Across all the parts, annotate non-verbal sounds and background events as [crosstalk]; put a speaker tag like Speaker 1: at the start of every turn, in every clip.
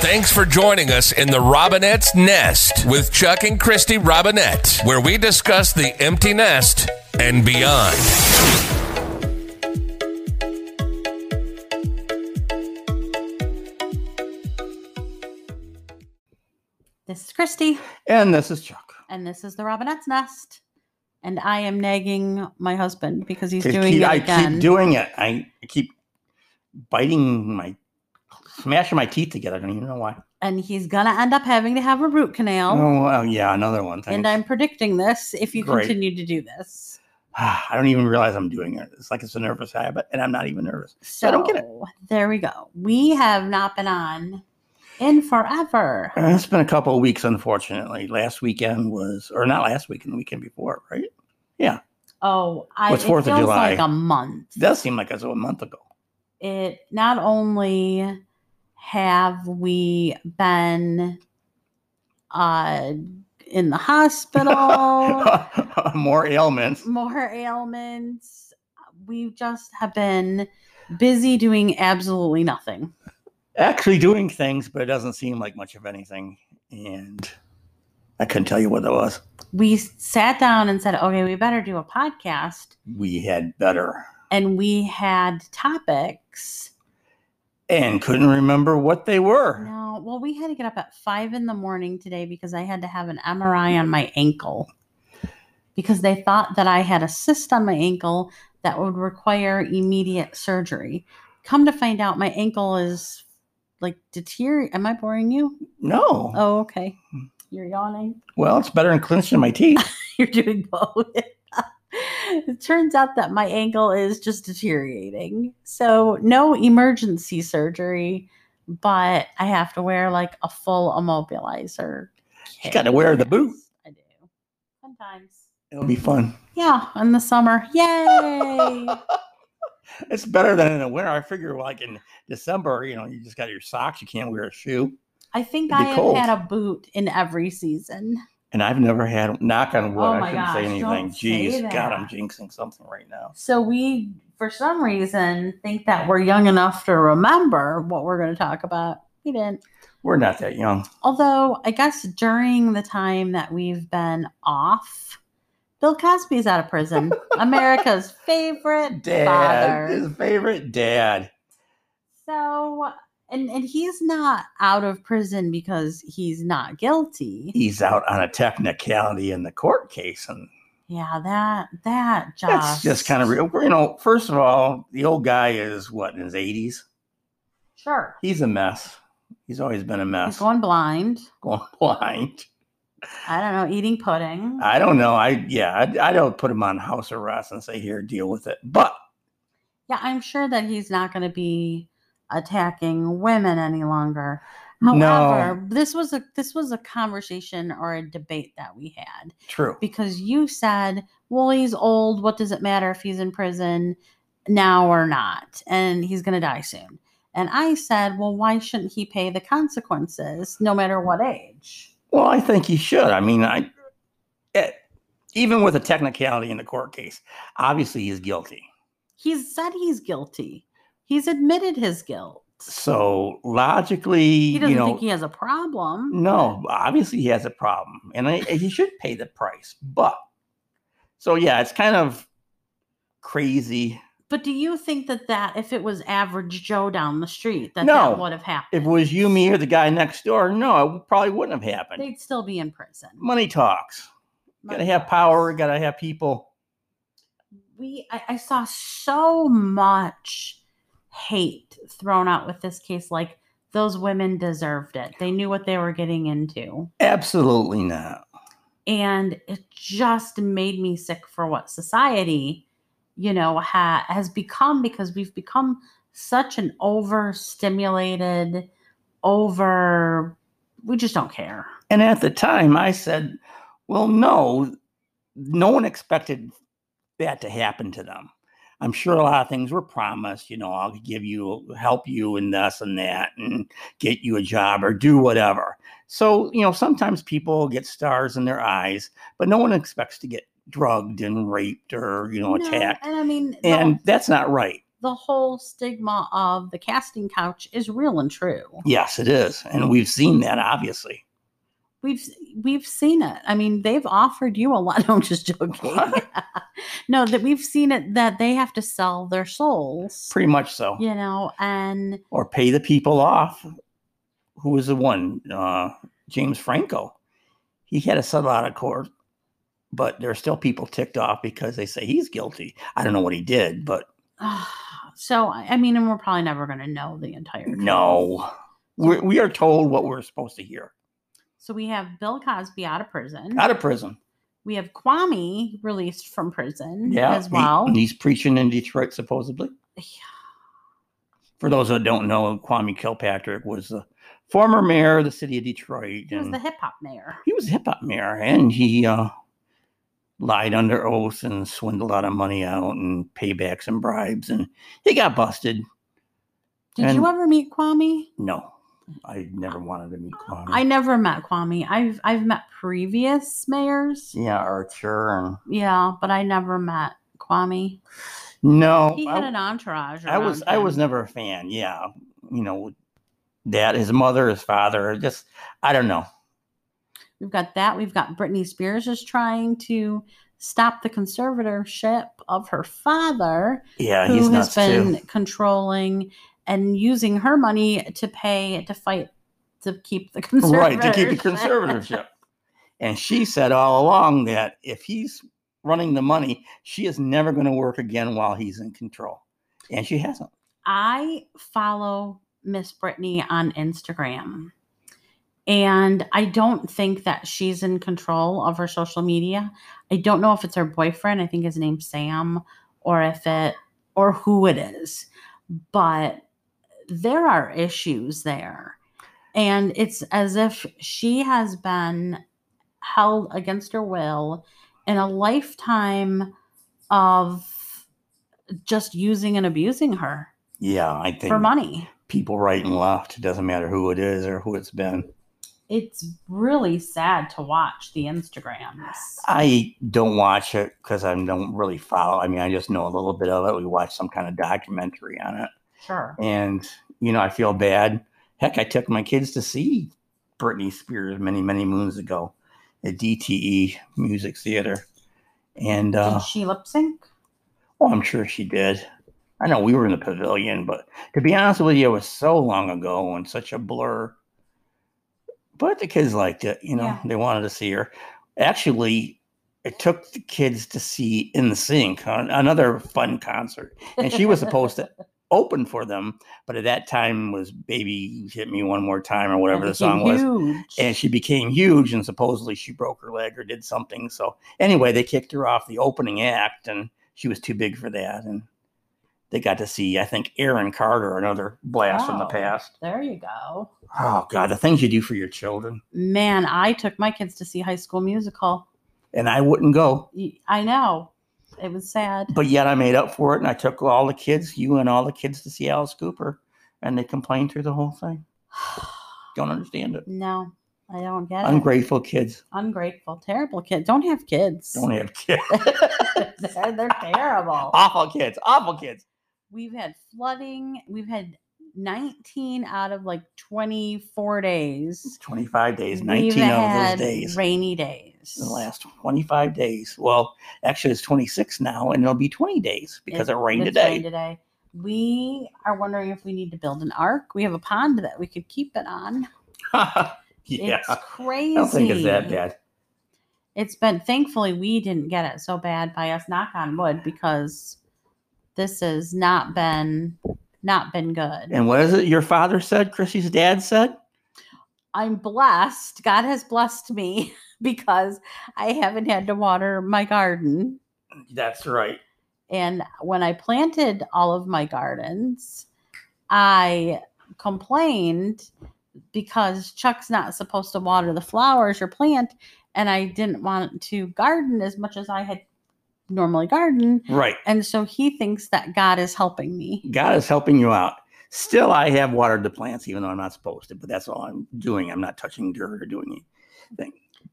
Speaker 1: Thanks for joining us in the Robinette's Nest with Chuck and Christy Robinette, where we discuss the empty nest and beyond.
Speaker 2: This is Christy,
Speaker 3: And this is Chuck.
Speaker 2: and this is the Robinette's Nest. And I am nagging my husband because he's
Speaker 3: 'Cause
Speaker 2: doing
Speaker 3: keep-
Speaker 2: it
Speaker 3: I
Speaker 2: again.
Speaker 3: keep doing it. I keep biting my, smashing my teeth together. I don't even know why.
Speaker 2: and he's going to end up having to have a root
Speaker 3: Oh,
Speaker 2: canal.
Speaker 3: well, yeah, another one.
Speaker 2: and I'm
Speaker 3: thanks.
Speaker 2: predicting this if you
Speaker 3: Great.
Speaker 2: continue to do this.
Speaker 3: [sighs] I don't even realize I'm doing it. It's like it's a nervous habit, and I'm not even nervous.
Speaker 2: So
Speaker 3: I don't get it.
Speaker 2: there we go. We have not been on in forever.
Speaker 3: Uh, It's been a couple of weeks, unfortunately. Last weekend was, or not last weekend, the weekend before, right?
Speaker 2: Oh, I
Speaker 3: It's
Speaker 2: it
Speaker 3: Fourth of
Speaker 2: feels
Speaker 3: July.
Speaker 2: like a month.
Speaker 3: It does seem like it's a month ago.
Speaker 2: it not only have we been uh in
Speaker 3: [laughs]
Speaker 2: the hospital Oh.
Speaker 3: More ailments.
Speaker 2: more ailments we just have been busy doing absolutely nothing
Speaker 3: Actually doing things, but it doesn't seem like much of anything. And I couldn't tell you what it was.
Speaker 2: we sat down and said okay we better do a podcast
Speaker 3: We had better.
Speaker 2: and we had topics
Speaker 3: and couldn't remember what they were.
Speaker 2: no well we had to get up at five in the morning today because i had to have an mri on my ankle because they thought that i had a cyst on my ankle that would require immediate surgery come to find out my ankle is like deterior am i boring you
Speaker 3: No.
Speaker 2: oh okay you're yawning [laughs]
Speaker 3: Well, it's better than clenching my teeth.
Speaker 2: you're doing both [laughs] it turns out that my ankle is just deteriorating so no emergency surgery but i have to wear like a full immobilizer
Speaker 3: You gotta wear the boot.
Speaker 2: i do sometimes
Speaker 3: It'll be fun.
Speaker 2: yeah in the summer
Speaker 3: [laughs]
Speaker 2: yay
Speaker 3: It's better than in the winter. I figure, like in December, you know, you just got your socks. You can't wear a shoe.
Speaker 2: i think
Speaker 3: It'd
Speaker 2: i
Speaker 3: be
Speaker 2: have
Speaker 3: cold.
Speaker 2: had a boot in every season
Speaker 3: And I've never had knock on wood.
Speaker 2: Oh
Speaker 3: I
Speaker 2: my
Speaker 3: shouldn't say
Speaker 2: gosh, don't
Speaker 3: anything.
Speaker 2: say
Speaker 3: Jeez, God, I'm
Speaker 2: that.
Speaker 3: jinxing something right now.
Speaker 2: so we for some reason think that we're young enough to remember what we're going to talk about we didn't
Speaker 3: We're not that young.
Speaker 2: Although I guess during the time that we've been off, Bill Cosby's out of
Speaker 3: [laughs]
Speaker 2: prison. America's favorite
Speaker 3: Dad,
Speaker 2: father.
Speaker 3: his favorite dad.
Speaker 2: So and and he's not out of prison because he's not guilty.
Speaker 3: He's out on a technicality in the court case, and
Speaker 2: Yeah, that that just
Speaker 3: that's just kind of real. You know, first of all, the old guy is what in his 80s.
Speaker 2: Sure.
Speaker 3: He's a mess. He's always been a
Speaker 2: He's
Speaker 3: mess.
Speaker 2: going
Speaker 3: Going, [laughs]
Speaker 2: blind.
Speaker 3: blind.
Speaker 2: I don't know, eating pudding.
Speaker 3: I don't know. I yeah, I, I don't put him on house arrest and say here, deal with it. But
Speaker 2: yeah, I'm sure that he's not gonna be attacking women any longer.
Speaker 3: No.
Speaker 2: However, this was a this was a conversation or a debate that we had.
Speaker 3: true.
Speaker 2: because you said, well, he's old. What does it matter if he's in prison now or not? And he's going to die soon. And I said, well, why shouldn't he pay the consequences no matter what age?
Speaker 3: Well, I think he should. I mean, I eh, even with a technicality in the court case, obviously he's guilty.
Speaker 2: He's said he's guilty, he's admitted his guilt.
Speaker 3: So logically,
Speaker 2: He doesn't
Speaker 3: you know,
Speaker 2: think he has a problem.
Speaker 3: no, obviously he has a problem, and I, he should pay the price. But so yeah, it's kind of crazy
Speaker 2: But do you think that that if it was average Joe down the street, that
Speaker 3: No.
Speaker 2: that would have
Speaker 3: If
Speaker 2: happened?
Speaker 3: it was you, me, or the guy next door, no, it probably wouldn't have happened.
Speaker 2: They'd still be in prison.
Speaker 3: Money talks. gotta have power. Gotta have people.
Speaker 2: we I, I saw so much hate thrown out with this case like those women deserved it they knew what they were getting into
Speaker 3: Absolutely not.
Speaker 2: and it just made me sick for what society you know ha- has become because we've become such an overstimulated over we just don't care
Speaker 3: And at the time, I said, "Well, no, no one expected that to happen to them." I'm sure a lot of things were promised. You know, I'll give you, help you in this and that, and get you a job or do whatever. So you know, sometimes people get stars in their eyes, but no one expects to get drugged and raped or you know
Speaker 2: No,
Speaker 3: attacked.
Speaker 2: and i mean the-
Speaker 3: and that's not right.
Speaker 2: the whole stigma of the casting couch is real and true.
Speaker 3: Yes, it is. And we've seen that, obviously.
Speaker 2: We've we've seen it. I mean, they've offered you a lot. [laughs] No, I'm just joking. [laughs] no, that we've seen it that they have to sell their souls,
Speaker 3: Pretty much so.
Speaker 2: you know, and [sighs]
Speaker 3: Or pay the people off. Who was the one? Uh, James Franco. He had a settle out of court, but there are still people ticked off because they say he's guilty. I don't know what he did, but
Speaker 2: so I I mean, and we're probably never going to know the entire. truth.
Speaker 3: no. We're, we are told what we're supposed to hear.
Speaker 2: So we have Bill Cosby out of prison.
Speaker 3: Out of prison.
Speaker 2: we have Kwame released from prison
Speaker 3: Yeah.
Speaker 2: Mm-hmm. as
Speaker 3: he-
Speaker 2: well.
Speaker 3: and he's preaching in Detroit, supposedly.
Speaker 2: Yeah.
Speaker 3: For those that don't know, Kwame Kilpatrick was the former mayor of the city of Detroit.
Speaker 2: He was
Speaker 3: and-
Speaker 2: the hip hop mayor.
Speaker 3: he was a hip hop mayor and he uh, lied under oath and swindled a lot of money out and paybacks and bribes and he got busted.
Speaker 2: Did
Speaker 3: And-
Speaker 2: you ever meet Kwame?
Speaker 3: No, I never wanted to meet Kwame.
Speaker 2: I never met Kwame. I've I've met previous mayors.
Speaker 3: yeah, Archer and
Speaker 2: Yeah, but I never met Kwame.
Speaker 3: no,
Speaker 2: He
Speaker 3: Oh, I,
Speaker 2: had an entourage.
Speaker 3: I was
Speaker 2: around
Speaker 3: I
Speaker 2: him.
Speaker 3: was never a fan. Yeah, you know that his mother, his father, just I don't know.
Speaker 2: We've got that. We've got Britney Spears is trying to stop the conservatorship of her father,
Speaker 3: Yeah, he's
Speaker 2: who has
Speaker 3: nuts
Speaker 2: been
Speaker 3: too.
Speaker 2: controlling and using her money to pay to fight to keep the conservatorship.
Speaker 3: Right to keep the conservatorship. and she said all along that if he's running the money, she is never going to work again while he's in control, and she hasn't.
Speaker 2: I follow Miss Brittany on Instagram. And I don't think that she's in control of her social media. I don't know if it's her boyfriend, I think his name's Sam, or if it or who it is. But there are issues there. And it's as if she has been held against her will in a lifetime of just using and abusing her
Speaker 3: Yeah, I think
Speaker 2: for money.
Speaker 3: people right and left. It doesn't matter who it is or who it's been.
Speaker 2: It's really sad to watch the Instagrams.
Speaker 3: I don't watch it because I don't really follow. I mean, I just know a little bit of it. We watched some kind of documentary on it,
Speaker 2: Sure.
Speaker 3: and you know, I feel bad. Heck, I took my kids to see Britney Spears many, many moons ago at DTE Music Theater, and uh,
Speaker 2: Did she lip sync?
Speaker 3: Oh, I'm sure she did. I know we were in the pavilion, but to be honest with you, it was so long ago and such a blur. But the kids liked it, you know,
Speaker 2: Yeah.
Speaker 3: they wanted to see her. Actually, it took the kids to see In the Sink, another fun concert. And she was supposed to open for them, but at that time was Baby Hit Me One More Time or whatever the song was and she became huge and supposedly she broke her leg or did something so anyway they kicked her off the opening act and she was too big for that and they got to see i think aaron carter another blast from the
Speaker 2: Wow.
Speaker 3: past
Speaker 2: There you go.
Speaker 3: oh god the things you do for your children
Speaker 2: Man, I took my kids to see High School Musical.
Speaker 3: and i wouldn't go
Speaker 2: Y- I know. It was sad. [sighs]
Speaker 3: but yet i made up for it and i took all the kids you and all the kids to see alice cooper and they complained through the whole thing don't understand it
Speaker 2: no, I don't get it.
Speaker 3: ungrateful kids
Speaker 2: Ungrateful. Terrible kid. Don't have kids.
Speaker 3: don't have
Speaker 2: [laughs]
Speaker 3: kids
Speaker 2: they're, they're terrible.
Speaker 3: awful kids awful kids
Speaker 2: We've had flooding. We've had 19 out of like 24 days.
Speaker 3: 25 days
Speaker 2: We've
Speaker 3: 19 of those
Speaker 2: had
Speaker 3: days
Speaker 2: Rainy days.
Speaker 3: in the last 25 days. Well, actually, it's 26 now, and it'll be 20 days because it, rained
Speaker 2: It's
Speaker 3: today.
Speaker 2: rained today. We are wondering if we need to build an ark. We have a pond that we could keep it on.
Speaker 3: [laughs] yeah, I
Speaker 2: It's crazy.
Speaker 3: don't think it's that bad.
Speaker 2: It's been thankfully we didn't get it so bad by us knock on wood because this has not been not been good.
Speaker 3: And what is it your father said, Chrissy's dad said?
Speaker 2: I'm blessed. God has blessed me [laughs] because I haven't had to water my garden.
Speaker 3: That's right.
Speaker 2: And when I planted all of my gardens, I complained because Chuck's not supposed to water the flowers or plant. And I didn't want to garden as much as I had normally garden.
Speaker 3: Right.
Speaker 2: And so he thinks that God is helping me.
Speaker 3: God is helping you out. Still, I have watered the plants, even though I'm not supposed to, but that's all I'm doing. I'm not touching dirt or doing anything.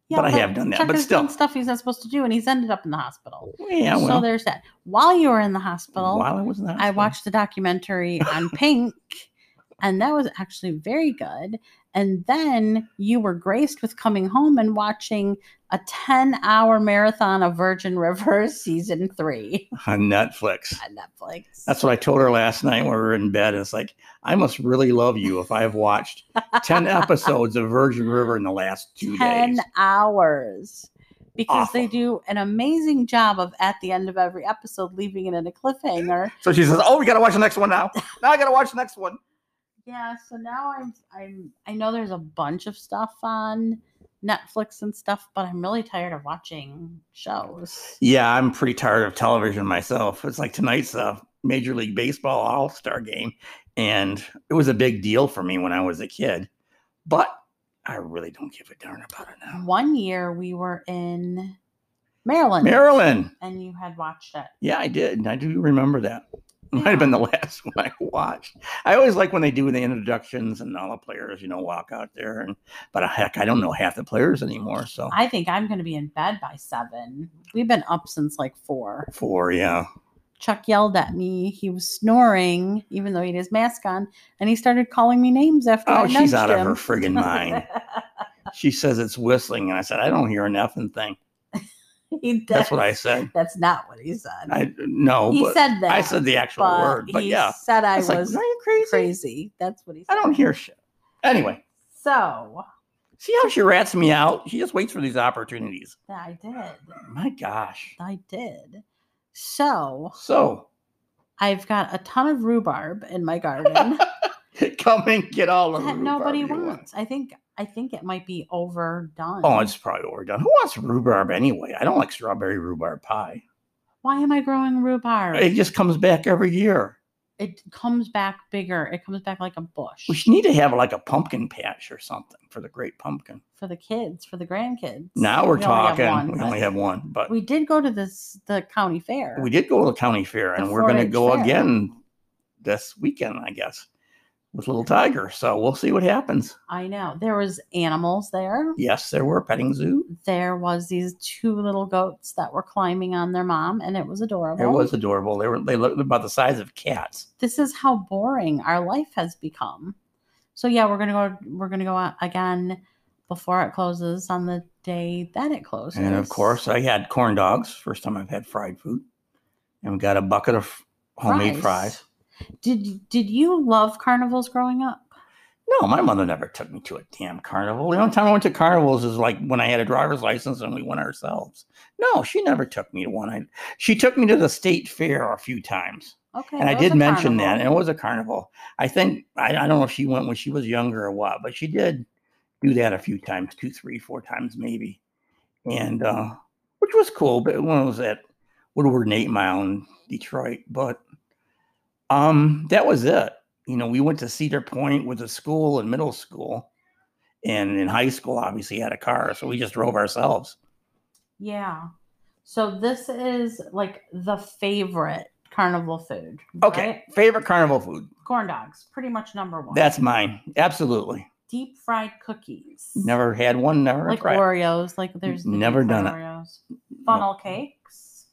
Speaker 3: but I have done that.
Speaker 2: Chuck
Speaker 3: But
Speaker 2: has done
Speaker 3: still.
Speaker 2: stuff he's not supposed to do, and he's ended up in the hospital.
Speaker 3: Yeah, well,
Speaker 2: so there's that. While you were in the hospital,
Speaker 3: while I was in the
Speaker 2: I
Speaker 3: hospital.
Speaker 2: watched the documentary on Pink, and that was actually very good. And then you were graced with coming home and watching a 10 hour marathon of Virgin River [laughs] season three
Speaker 3: [laughs]
Speaker 2: [laughs]
Speaker 3: on Netflix.
Speaker 2: on Netflix.
Speaker 3: That's what I told her last night when we were in bed. It's like, I must really love you if I have watched 10 episodes of Virgin River in the
Speaker 2: [laughs]
Speaker 3: last two
Speaker 2: 10
Speaker 3: days.
Speaker 2: hours because they
Speaker 3: Awful.
Speaker 2: do an amazing job of at the end of every episode leaving it in a cliffhanger.
Speaker 3: So she says, Oh, we got to watch the next one now. Now I got to watch the next one.
Speaker 2: Yeah, so now I'm I'm I know there's a bunch of stuff on Netflix and stuff, but I'm really tired of watching shows.
Speaker 3: Yeah, I'm pretty tired of television myself. It's like tonight's uh, Major League Baseball All Star game. And it was a big deal for me when I was a kid. But I really don't give a darn about it now.
Speaker 2: One year we were in Maryland
Speaker 3: Marilyn.
Speaker 2: and you had watched it.
Speaker 3: Yeah, I did. I do remember that. [laughs] Might have been the last [laughs] one I watched. I always like when they do the introductions and all the players, you know, walk out there. And but heck, I don't know half the players anymore. So
Speaker 2: I think I'm gonna be in bed by seven. We've been up since like four.
Speaker 3: four, yeah,
Speaker 2: Chuck yelled at me. He was snoring, even though he had his mask on, and he started calling me names after I
Speaker 3: Oh, she's
Speaker 2: nudged
Speaker 3: out of her
Speaker 2: him. [laughs]
Speaker 3: friggin' mind. she says it's whistling, and I said I don't hear a nothing thing.
Speaker 2: He
Speaker 3: That's what I
Speaker 2: does.
Speaker 3: said.
Speaker 2: That's not what he said.
Speaker 3: I no,
Speaker 2: he
Speaker 3: but
Speaker 2: said that.
Speaker 3: I said the actual
Speaker 2: but
Speaker 3: word, but
Speaker 2: he
Speaker 3: yeah,
Speaker 2: said I
Speaker 3: I was like,
Speaker 2: was
Speaker 3: are you crazy?
Speaker 2: crazy. That's what he said.
Speaker 3: I don't hear shit. Anyway,
Speaker 2: So
Speaker 3: see how she rats me out. She just waits for these opportunities.
Speaker 2: I did.
Speaker 3: My gosh.
Speaker 2: I did. So
Speaker 3: So
Speaker 2: I've got a ton of rhubarb in
Speaker 3: [laughs]
Speaker 2: my garden
Speaker 3: come and get all of
Speaker 2: that
Speaker 3: them.
Speaker 2: nobody wants. I think I think it might be overdone.
Speaker 3: Oh, it's probably overdone. Who wants rhubarb anyway? I don't like strawberry rhubarb pie.
Speaker 2: why am I growing rhubarb?
Speaker 3: It just comes back every year.
Speaker 2: it comes back bigger. It comes back like a bush
Speaker 3: We should need to have like a pumpkin patch or something for the great pumpkin.
Speaker 2: for the kids, for the grandkids.
Speaker 3: Now we're
Speaker 2: We only have
Speaker 3: talking.
Speaker 2: one,
Speaker 3: we
Speaker 2: but-
Speaker 3: only have one, but we,
Speaker 2: We did go to this the county fair.
Speaker 3: did go to the county fair,
Speaker 2: The
Speaker 3: and we're going to
Speaker 2: 4-H
Speaker 3: go
Speaker 2: fair.
Speaker 3: again this weekend, I guess, with little tiger. So we'll see what happens.
Speaker 2: I know there was animals there.
Speaker 3: Yes, there were petting zoo.
Speaker 2: There was these two little goats that were climbing on their mom, and it was adorable.
Speaker 3: It was adorable. They were they looked about the size of cats.
Speaker 2: This is how boring our life has become. So yeah, we're gonna go. We're gonna go out again before it closes on the day that it closes.
Speaker 3: And of course, I had corn dogs. First time I've had fried food. And we got a bucket of homemade fries.
Speaker 2: Did did you love carnivals growing up?
Speaker 3: No, my mother never took me to a damn carnival. The only time I went to carnivals is like when I had a driver's license and we went ourselves. No, she never took me to one. I, she took me to the state fair a few times.
Speaker 2: Okay,
Speaker 3: and I
Speaker 2: that was
Speaker 3: did
Speaker 2: a
Speaker 3: mention that.
Speaker 2: carnival.
Speaker 3: And it was a carnival. I think, I, I don't know if she went when she was younger or what, but she did do that a few times two, three, four times maybe. And, uh, which was cool, but when it was at Woodward and Eight Mile in Detroit. But um, that was it. You know, we went to Cedar Point with the school and middle school. And in high school, obviously, had a car. So we just drove ourselves.
Speaker 2: Yeah. So this is like the favorite carnival food.
Speaker 3: Okay.
Speaker 2: right?
Speaker 3: Favorite carnival food?
Speaker 2: Corn dogs, pretty much number one.
Speaker 3: That's mine. Absolutely.
Speaker 2: deep fried cookies.
Speaker 3: Never had one. Never
Speaker 2: like
Speaker 3: tried.
Speaker 2: Oreos. Like there's the deep
Speaker 3: Never
Speaker 2: fried
Speaker 3: done it.
Speaker 2: Oreos. Funnel cakes.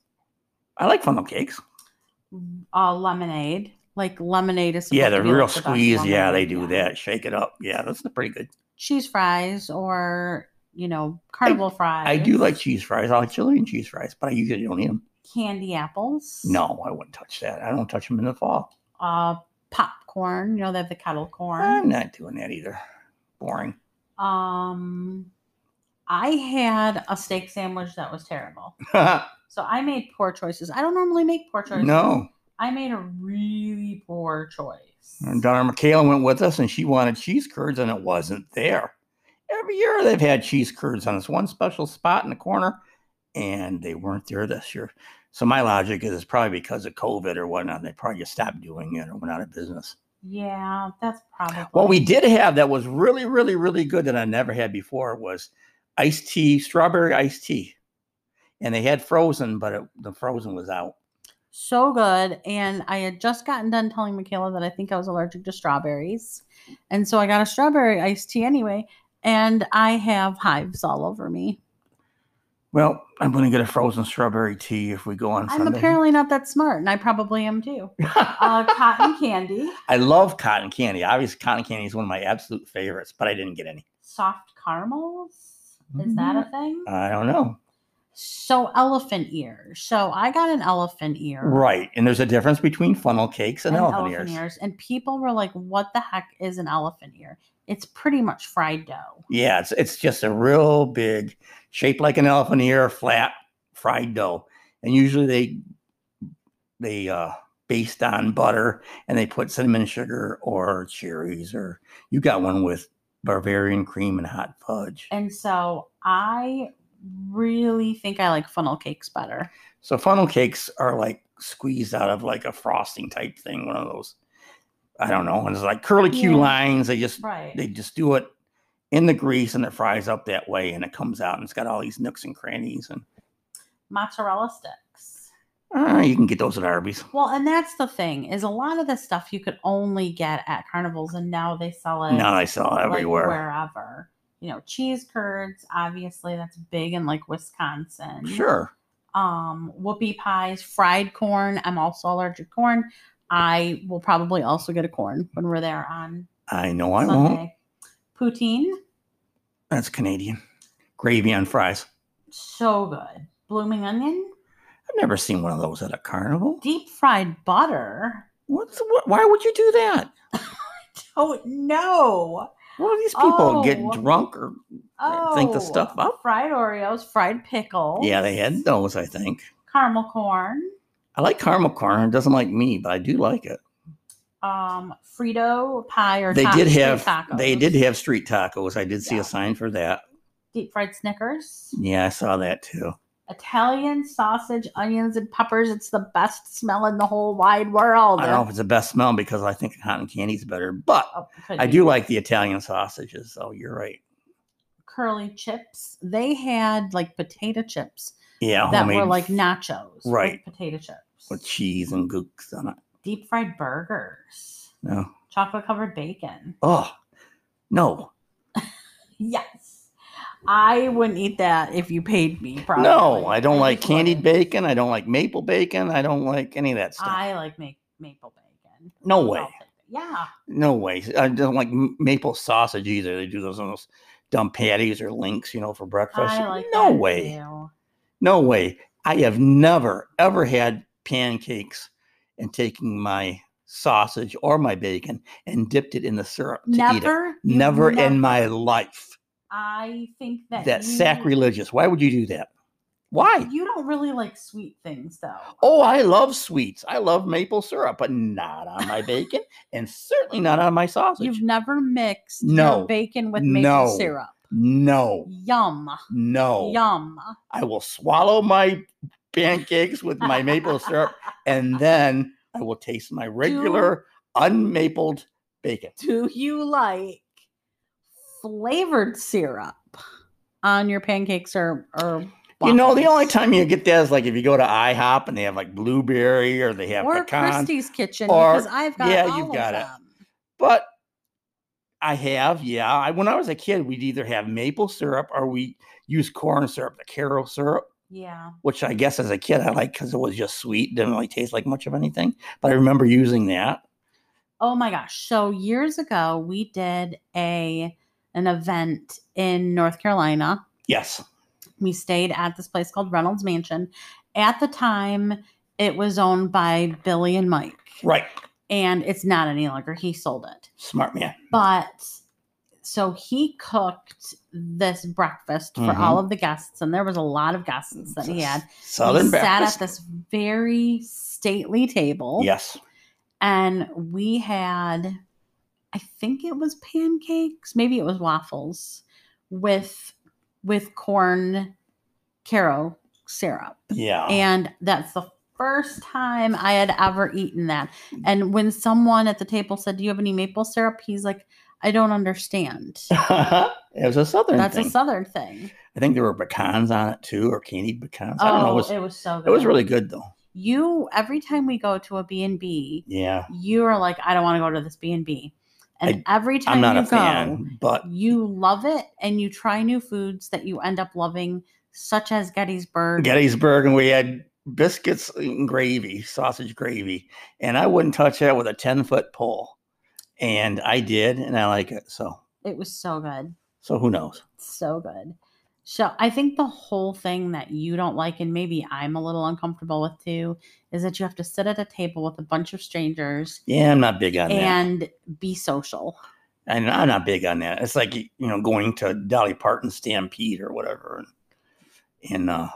Speaker 3: I like funnel cakes.
Speaker 2: Uh, lemonade. Like lemonade is. supposed
Speaker 3: Yeah,
Speaker 2: to
Speaker 3: they're
Speaker 2: be, like,
Speaker 3: real
Speaker 2: the best
Speaker 3: squeeze.
Speaker 2: one
Speaker 3: Yeah,
Speaker 2: ever,
Speaker 3: they do
Speaker 2: yeah.
Speaker 3: that. Shake it up. Yeah, that's pretty good.
Speaker 2: Cheese fries or you know carnival fries.
Speaker 3: I do like cheese fries. I like chili and cheese fries, but I usually don't eat them.
Speaker 2: candy apples.
Speaker 3: No, I wouldn't touch that. I don't touch them in the fall.
Speaker 2: Uh, popcorn. You know they have the kettle corn.
Speaker 3: I'm not doing that either. Boring.
Speaker 2: Um, I had a steak sandwich that was terrible.
Speaker 3: [laughs] no.
Speaker 2: So I made poor choices. I don't normally make poor choices. I made a really poor choice.
Speaker 3: And Donna McKayla went with us and she wanted cheese curds and it wasn't there. Every year they've had cheese curds on this one special spot in the corner and they weren't there this year. So my logic is it's probably because of COVID or whatnot. They probably just stopped doing it or went out of business.
Speaker 2: Yeah, that's probably.
Speaker 3: What we did have that was really, really, really good that I never had before was iced tea, strawberry iced tea. And they had frozen, but it, the frozen was out.
Speaker 2: so good, and I had just gotten done telling Michaela that I think I was allergic to strawberries, and so I got a strawberry iced tea anyway, and I have hives all over me.
Speaker 3: Well, I'm going to get a frozen strawberry tea if we go on
Speaker 2: I'm
Speaker 3: Sunday.
Speaker 2: apparently not that smart, and I probably am too. Uh,
Speaker 3: [laughs]
Speaker 2: cotton candy,
Speaker 3: [laughs] I love cotton candy. Obviously, cotton candy is one of my absolute favorites, but I didn't get any.
Speaker 2: soft caramels. Is
Speaker 3: Mm-hmm.
Speaker 2: that a thing?
Speaker 3: I don't know.
Speaker 2: So elephant ears. So I got an elephant ear.
Speaker 3: Right. And there's a difference between funnel cakes and,
Speaker 2: and
Speaker 3: elephant, ears.
Speaker 2: And people were like, what the heck is an elephant ear? It's pretty much fried dough.
Speaker 3: Yeah, it's it's just a real big, shaped like an elephant ear, flat fried dough, and usually they they uh, based on butter, and they put cinnamon sugar or cherries, or you got one with Bavarian cream and hot fudge.
Speaker 2: And so I really think I like funnel cakes better.
Speaker 3: So funnel cakes are like squeezed out of like a frosting type thing, one of those. I don't know, and it's like curly Q
Speaker 2: Yeah.
Speaker 3: lines. They just
Speaker 2: Right.
Speaker 3: they just do it in the grease, and it fries up that way, and it comes out, and it's got all these nooks and crannies, and
Speaker 2: Mozzarella sticks.
Speaker 3: Uh, you can get those at Arby's.
Speaker 2: Well, and that's the thing is a lot of this stuff you could only get at carnivals, and now they sell it
Speaker 3: Now I saw
Speaker 2: like,
Speaker 3: everywhere.
Speaker 2: wherever. You know, cheese curds, obviously that's big in like Wisconsin.
Speaker 3: Sure.
Speaker 2: um, whoopie pies, fried corn. I'm also allergic to corn. I will probably also get a corn when we're there on
Speaker 3: I know I won't.
Speaker 2: Sunday. Poutine,
Speaker 3: That's Canadian. Gravy on fries.
Speaker 2: so good. Blooming onion,
Speaker 3: I've never seen one of those at a carnival.
Speaker 2: deep fried butter.
Speaker 3: What's what, why would you do that?
Speaker 2: Oh no!
Speaker 3: What do these people get
Speaker 2: Oh.
Speaker 3: drunk or
Speaker 2: Oh,
Speaker 3: Think the stuff up?
Speaker 2: Fried Oreos, fried pickles.
Speaker 3: Yeah, they had those, I think.
Speaker 2: caramel corn,
Speaker 3: I like caramel corn. It doesn't like me, but I do like it.
Speaker 2: um, Frito pie or
Speaker 3: They
Speaker 2: ta-
Speaker 3: did
Speaker 2: street
Speaker 3: have
Speaker 2: tacos.
Speaker 3: they did have street tacos. I did see
Speaker 2: Yeah.
Speaker 3: a sign for that.
Speaker 2: deep fried Snickers.
Speaker 3: Yeah, I saw that too.
Speaker 2: Italian sausage, onions, and peppers. It's the best smell in the whole wide world.
Speaker 3: I don't know if it's the best smell because I think cotton candy's better, but
Speaker 2: Oh, could
Speaker 3: I
Speaker 2: be.
Speaker 3: do like the Italian sausages, so you're right.
Speaker 2: curly chips. They had like potato chips
Speaker 3: Yeah,
Speaker 2: that were
Speaker 3: homemade
Speaker 2: like nachos. with
Speaker 3: Right.
Speaker 2: potato chips.
Speaker 3: with cheese and gooks on it.
Speaker 2: Deep fried burgers.
Speaker 3: No.
Speaker 2: Chocolate covered bacon.
Speaker 3: Oh, no.
Speaker 2: Yes. I wouldn't eat that if you paid me, probably.
Speaker 3: No, I don't like
Speaker 2: just
Speaker 3: candied
Speaker 2: wouldn't.
Speaker 3: bacon. I don't like maple bacon. I don't like any of that stuff.
Speaker 2: I like ma- maple bacon.
Speaker 3: No
Speaker 2: I'll
Speaker 3: way.
Speaker 2: take it. Yeah.
Speaker 3: no way. I don't like m- maple sausage either. They do those on those dumb patties or links, you know, for breakfast.
Speaker 2: I like
Speaker 3: no
Speaker 2: that
Speaker 3: way.
Speaker 2: too.
Speaker 3: No way. I have never, ever had pancakes and taking my sausage or my bacon and dipped it in the syrup to eat it.
Speaker 2: Never, You
Speaker 3: Never in my life.
Speaker 2: I think that
Speaker 3: That's
Speaker 2: you-
Speaker 3: sacrilegious. Why would you do that? Why?
Speaker 2: You don't really like sweet things, though.
Speaker 3: Oh, I love sweets. I love maple syrup, but not on my bacon and certainly not on my sausage.
Speaker 2: You've never mixed
Speaker 3: No.
Speaker 2: your bacon with maple
Speaker 3: No.
Speaker 2: syrup.
Speaker 3: No,
Speaker 2: Yum.
Speaker 3: no.
Speaker 2: Yum.
Speaker 3: I will swallow my pancakes with my maple syrup
Speaker 2: [laughs]
Speaker 3: and then I will taste my regular unmapled bacon.
Speaker 2: Do you like flavored syrup on your pancakes or or
Speaker 3: You know, the
Speaker 2: waffles?
Speaker 3: only time you get that is like if you go to IHOP and they have like blueberry or they have
Speaker 2: or
Speaker 3: pecan.
Speaker 2: Christie's kitchen
Speaker 3: or-
Speaker 2: because I've got
Speaker 3: yeah,
Speaker 2: all
Speaker 3: you've
Speaker 2: of
Speaker 3: got it.
Speaker 2: them.
Speaker 3: But I have, yeah. I, when I was a kid, we'd either have maple syrup or we use corn syrup, the Carol syrup.
Speaker 2: Yeah.
Speaker 3: which I guess as a kid I liked because it was just sweet, didn't really taste like much of anything. But I remember using that.
Speaker 2: Oh my gosh. So years ago we did a an event in North Carolina
Speaker 3: Yes,
Speaker 2: we stayed at this place called Reynolds Mansion. At the time, it was owned by Billy and Mike,
Speaker 3: right,
Speaker 2: and it's not any longer. He sold it.
Speaker 3: smart man.
Speaker 2: But so he cooked this breakfast for
Speaker 3: Mhm.
Speaker 2: all of the guests, and there was a lot of guests that he had.
Speaker 3: Southern
Speaker 2: he sat
Speaker 3: Baptist.
Speaker 2: at this very stately table,
Speaker 3: Yes,
Speaker 2: and we had, I think it was pancakes, maybe it was waffles, with with corn, caro syrup.
Speaker 3: yeah,
Speaker 2: And that's the first time I had ever eaten that. And when someone at the table said, Do you have any maple syrup? He's like, I don't
Speaker 3: [laughs]
Speaker 2: understand.
Speaker 3: [laughs] it was a Southern
Speaker 2: That's
Speaker 3: thing.
Speaker 2: a southern thing.
Speaker 3: I think there were pecans on it too, or candied pecans. I don't know.
Speaker 2: Oh,
Speaker 3: It was,
Speaker 2: it was so good.
Speaker 3: it was really good though.
Speaker 2: you every time we go to a B&B,
Speaker 3: Yeah,
Speaker 2: you are like, I don't want to go to this B&B. And every time
Speaker 3: I'm not
Speaker 2: you
Speaker 3: a
Speaker 2: go,
Speaker 3: fan, but
Speaker 2: you love it and you try new foods that you end up loving such as Gettysburg.
Speaker 3: Gettysburg, and we had biscuits and gravy, sausage gravy, and I wouldn't touch that with a ten foot pole, and I did, and I like it. So,
Speaker 2: It was so good.
Speaker 3: so who knows?
Speaker 2: So good. So I think the whole thing that you don't like, and maybe I'm a little uncomfortable with too, is that you have to sit at a table with a bunch of strangers
Speaker 3: Yeah, I'm not big on that.
Speaker 2: and be social.
Speaker 3: And I'm not big on that. It's like you know going to Dolly Parton Stampede or whatever, and, and uh,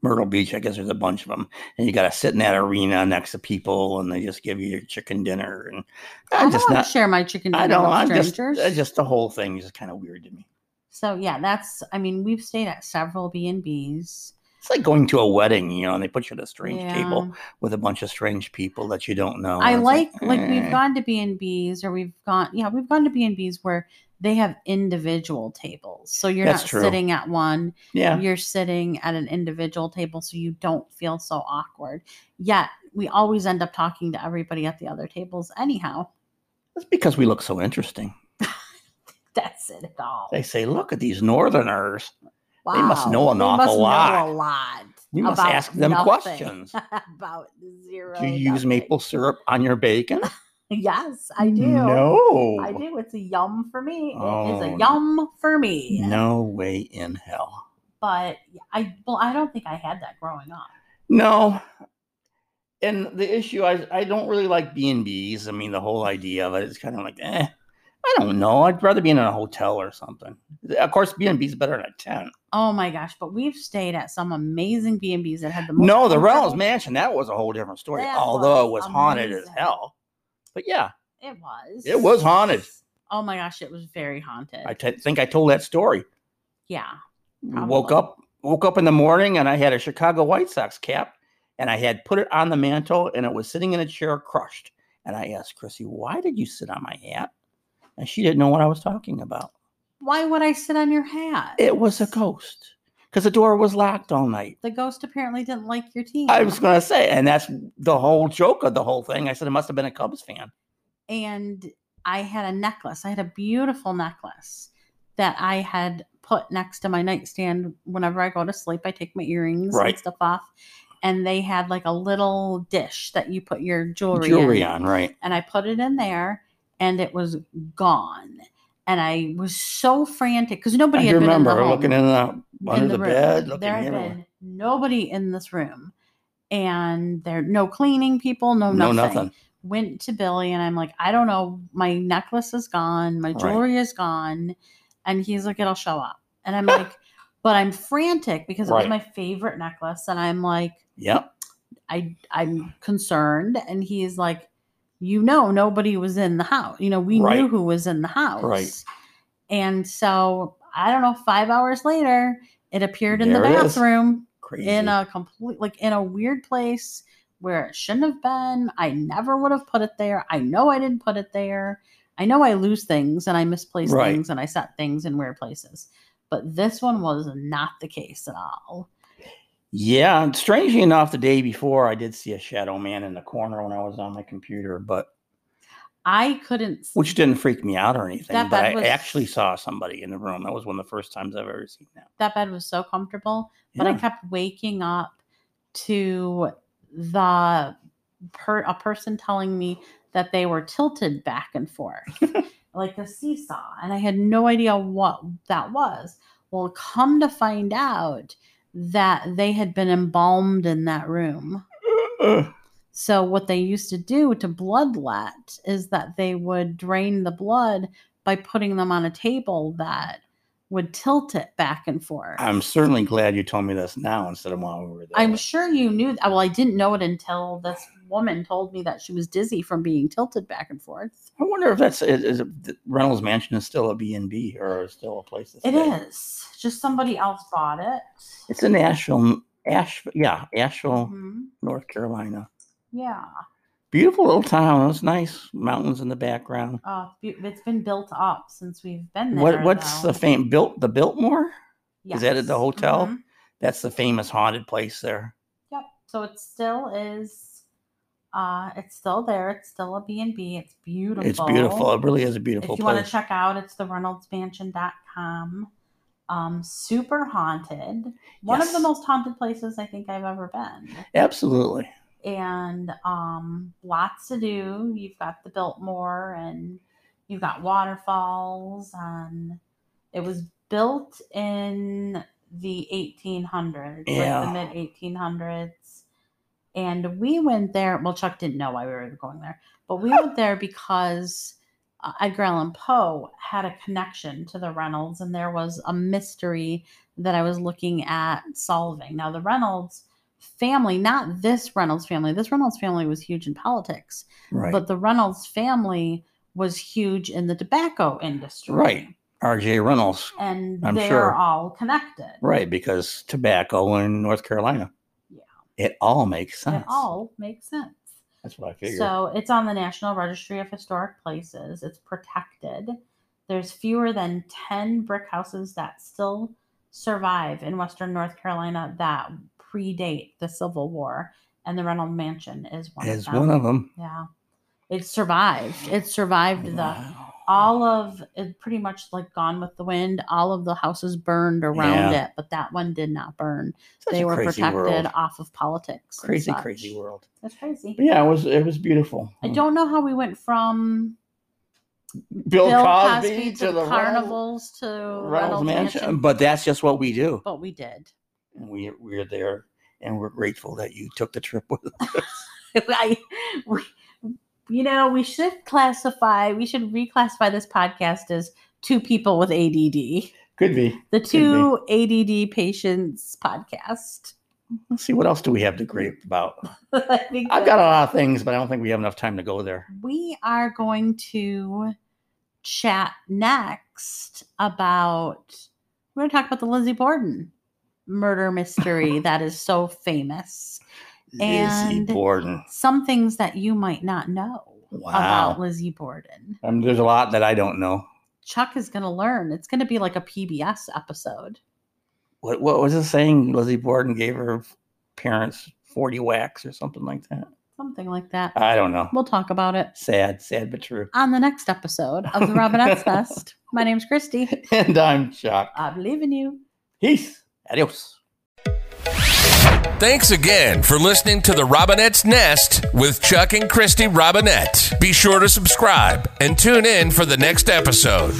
Speaker 3: Myrtle Beach. I guess there's a bunch of them, and you got to sit in that arena next to people, and they just give you your chicken dinner, and
Speaker 2: I
Speaker 3: I'm
Speaker 2: don't
Speaker 3: just
Speaker 2: want
Speaker 3: not.
Speaker 2: to share my chicken
Speaker 3: I
Speaker 2: dinner
Speaker 3: don't.
Speaker 2: with
Speaker 3: I'm just.
Speaker 2: strangers.
Speaker 3: uh, Just the whole thing is kind of weird to me.
Speaker 2: so yeah, that's. I mean, we've stayed at several B and B's.
Speaker 3: It's like going to a wedding, you know, and they put you at a strange table with a bunch of strange people that you don't know.
Speaker 2: I
Speaker 3: and it's
Speaker 2: like like
Speaker 3: eh.
Speaker 2: we've gone to B and B's or we've gone yeah we've gone to B and B's where they have individual tables, so you're
Speaker 3: That's
Speaker 2: not
Speaker 3: true.
Speaker 2: sitting at one.
Speaker 3: Yeah,
Speaker 2: you're sitting at an individual table so you don't feel so awkward yet we always end up talking to everybody at the other tables anyhow [laughs]
Speaker 3: that's because we look so interesting.
Speaker 2: that's it at all
Speaker 3: They say, look at these northerners.
Speaker 2: wow.
Speaker 3: they must know an awful
Speaker 2: must know
Speaker 3: lot.
Speaker 2: a lot
Speaker 3: We must
Speaker 2: about
Speaker 3: ask them
Speaker 2: nothing.
Speaker 3: questions.
Speaker 2: [laughs] about zero
Speaker 3: Do you use
Speaker 2: nothing.
Speaker 3: maple syrup on your bacon?
Speaker 2: yes i do
Speaker 3: No.
Speaker 2: i do it's a yum for me it is
Speaker 3: Oh.
Speaker 2: a yum for me
Speaker 3: No way in hell.
Speaker 2: but i well i don't think i had that growing up
Speaker 3: No. And the issue, I I don't really like B and B's. I mean, the whole idea of it is kind of like, eh, I don't know. I'd rather be in a hotel or something. Of course, B and B's better than a tent.
Speaker 2: oh my gosh but we've stayed at some amazing b&b's that had the most
Speaker 3: No, the Reynolds
Speaker 2: comfortable-
Speaker 3: Mansion, that was a whole different story.
Speaker 2: That
Speaker 3: although
Speaker 2: was
Speaker 3: it was haunted as
Speaker 2: amazing.
Speaker 3: hell. But yeah,
Speaker 2: It was.
Speaker 3: It was haunted.
Speaker 2: Oh my gosh, it was very haunted.
Speaker 3: I t- think I told that story.
Speaker 2: yeah.
Speaker 3: Woke
Speaker 2: Probably.
Speaker 3: up, woke up in the morning, and I had a Chicago White Sox cap, and I had put it on the mantle, and it was sitting in a chair, crushed. And I asked Chrissy, "Why did you sit on my hat?" And she didn't know what I was talking about.
Speaker 2: Why would I sit on your hat?
Speaker 3: It was a ghost because the door was locked all night.
Speaker 2: The ghost apparently didn't like your team.
Speaker 3: I was gonna say, and that's the whole joke of the whole thing. I said it must have been a Cubs fan.
Speaker 2: and I had a necklace. I had a beautiful necklace that I had put next to my nightstand whenever I go to sleep. I take my earrings
Speaker 3: Right.
Speaker 2: and stuff off. And they had like a little dish that you put your jewelry,
Speaker 3: Jewelry
Speaker 2: in.
Speaker 3: on, right?
Speaker 2: and I put it in there and it was gone. And I was so frantic because nobody
Speaker 3: I
Speaker 2: had been
Speaker 3: remember
Speaker 2: in the home.
Speaker 3: looking in the under
Speaker 2: in
Speaker 3: the,
Speaker 2: room.
Speaker 3: bed, looking
Speaker 2: there had
Speaker 3: everywhere.
Speaker 2: been nobody in this room, and there no cleaning people, no
Speaker 3: no
Speaker 2: nothing.
Speaker 3: nothing.
Speaker 2: Went to Billy, and I'm like, I don't know. My necklace is gone. My
Speaker 3: Right.
Speaker 2: jewelry is gone, and he's like, it'll show up. And I'm like, but I'm frantic because it
Speaker 3: Right.
Speaker 2: was my favorite necklace, and I'm like,
Speaker 3: Yep.
Speaker 2: I I'm concerned, and he's like, you know, nobody was in the house. You know, we
Speaker 3: Right.
Speaker 2: knew who was in the house,
Speaker 3: Right.
Speaker 2: And so I don't know. Five hours later, it appeared in
Speaker 3: There
Speaker 2: the
Speaker 3: it is.
Speaker 2: bathroom
Speaker 3: Crazy.
Speaker 2: in uh, a complete, like in a weird place where it shouldn't have been. I never would have put it there. I know I didn't put it there. I know I lose things and I misplace
Speaker 3: Right.
Speaker 2: things and I set things in weird places. But this one was not the case at all.
Speaker 3: yeah. and Strangely enough, the day before, I did see a shadow man in the corner when I was on my computer, but
Speaker 2: I couldn't
Speaker 3: which didn't freak me out or anything.
Speaker 2: That
Speaker 3: but
Speaker 2: bed
Speaker 3: I
Speaker 2: was-
Speaker 3: actually saw somebody in the room. That was one of the first times I've ever seen that.
Speaker 2: that bed was so comfortable, but I
Speaker 3: Yeah.
Speaker 2: kept waking up to the per a person telling me that they were tilted back and forth like a seesaw, and I had no idea what that was. Well, come to find out that they had been embalmed in that room. So what they used to do to bloodlet is that they would drain the blood by putting them on a table that would tilt it back and forth.
Speaker 3: [laughs] I'm certainly glad you told me this now instead of while we were there.
Speaker 2: I'm sure you knew. Well, I didn't know it until this woman told me that she was dizzy from being tilted back and forth.
Speaker 3: I wonder if that's is, is it- the Reynolds Mansion is still a B and B or is still a place. To
Speaker 2: It
Speaker 3: stay.
Speaker 2: is just somebody else bought it.
Speaker 3: It's in Asheville, Ash, yeah, Asheville,
Speaker 2: Mhm.
Speaker 3: North Carolina.
Speaker 2: Yeah,
Speaker 3: Beautiful little town. It's nice. Mountains in the background.
Speaker 2: uh, it's be- it's been built up since we've been there.
Speaker 3: What what's the fame built the Biltmore? is that at the hotel?
Speaker 2: Mhm.
Speaker 3: That's the famous haunted place there.
Speaker 2: Yep. So it still is. Uh, it's still there. It's still a B and B. It's beautiful.
Speaker 3: It's beautiful. It really is a
Speaker 2: If
Speaker 3: beautiful
Speaker 2: you want
Speaker 3: place.
Speaker 2: to check out, it's the ReynoldsMansion.com. um, super haunted. One of the
Speaker 3: Yes.
Speaker 2: most haunted places I think I've ever been.
Speaker 3: Absolutely.
Speaker 2: and um, lots to do. You've got the Biltmore and you've got waterfalls. And it was built in the 1800s,
Speaker 3: Yeah.
Speaker 2: like the mid 1800s. And we went there. Well, Chuck didn't know why we were going there, but we went there because uh, Edgar Allan Poe had a connection to the Reynolds, and there was a mystery that I was looking at solving. Now, the Reynolds family, not this Reynolds family, this Reynolds family was huge in politics,
Speaker 3: Right.
Speaker 2: but the Reynolds family was huge in the tobacco industry.
Speaker 3: Right. RJ Reynolds.
Speaker 2: And
Speaker 3: I'm
Speaker 2: they're
Speaker 3: sure.
Speaker 2: all connected.
Speaker 3: Right, because tobacco in North Carolina.
Speaker 2: Yeah.
Speaker 3: It all makes sense.
Speaker 2: It all makes sense.
Speaker 3: That's what I figured.
Speaker 2: So it's on the National Registry of Historic Places. It's protected. There's fewer than 10 brick houses that still survive in Western North Carolina that predate the Civil War, and the Reynolds Mansion is one
Speaker 3: is
Speaker 2: of them.
Speaker 3: one of them.
Speaker 2: yeah. It survived. It survived the
Speaker 3: Wow.
Speaker 2: all of it pretty much like gone with the wind. All of the houses burned around
Speaker 3: Yeah.
Speaker 2: it, but that one did not burn.
Speaker 3: Such
Speaker 2: they
Speaker 3: a
Speaker 2: were
Speaker 3: crazy
Speaker 2: protected
Speaker 3: world.
Speaker 2: off of politics. and
Speaker 3: Crazy,
Speaker 2: such.
Speaker 3: crazy world.
Speaker 2: That's crazy.
Speaker 3: But yeah, it was it was beautiful.
Speaker 2: I don't know how we went from
Speaker 3: [laughs] Bill,
Speaker 2: Bill,
Speaker 3: Cosby, to, the Reynolds-
Speaker 2: carnivals to Reynolds,
Speaker 3: Reynolds
Speaker 2: Mansion.
Speaker 3: Mansion. But that's just what we do.
Speaker 2: But we did. [laughs]
Speaker 3: And we we're there and we're grateful that you took the trip with us.
Speaker 2: I, we, you know, we should classify, we should reclassify this podcast as two people with ADD,
Speaker 3: Could be.
Speaker 2: the two ADD patients podcast. [laughs]
Speaker 3: Let's see what else do we have to gripe about.
Speaker 2: I think
Speaker 3: I've got a lot of things, but I don't think we have enough time to go there.
Speaker 2: we are going to chat next about we're going to talk about the Lizzie Borden murder
Speaker 3: [laughs]
Speaker 2: mystery that is so famous.
Speaker 3: Lizzie
Speaker 2: And-
Speaker 3: Borden.
Speaker 2: Some things that you might not know
Speaker 3: Wow.
Speaker 2: about Lizzie Borden.
Speaker 3: Um, there's a lot that I don't know.
Speaker 2: Chuck is going to learn. It's going to be like a PBS episode.
Speaker 3: What what was it saying? Lizzie Borden gave her parents 40 whacks or something like that.
Speaker 2: Something like that.
Speaker 3: I don't know.
Speaker 2: We'll talk about it
Speaker 3: Sad, sad but true. [laughs]
Speaker 2: on the next episode of the Robinette's Nest. My name's Christy.
Speaker 3: And I'm Chuck.
Speaker 2: I believe in you.
Speaker 3: Peace. Adios.
Speaker 1: Thanks again for listening to the Robinette's Nest with Chuck and Christy Robinette. Be sure to subscribe and tune in for the next episode.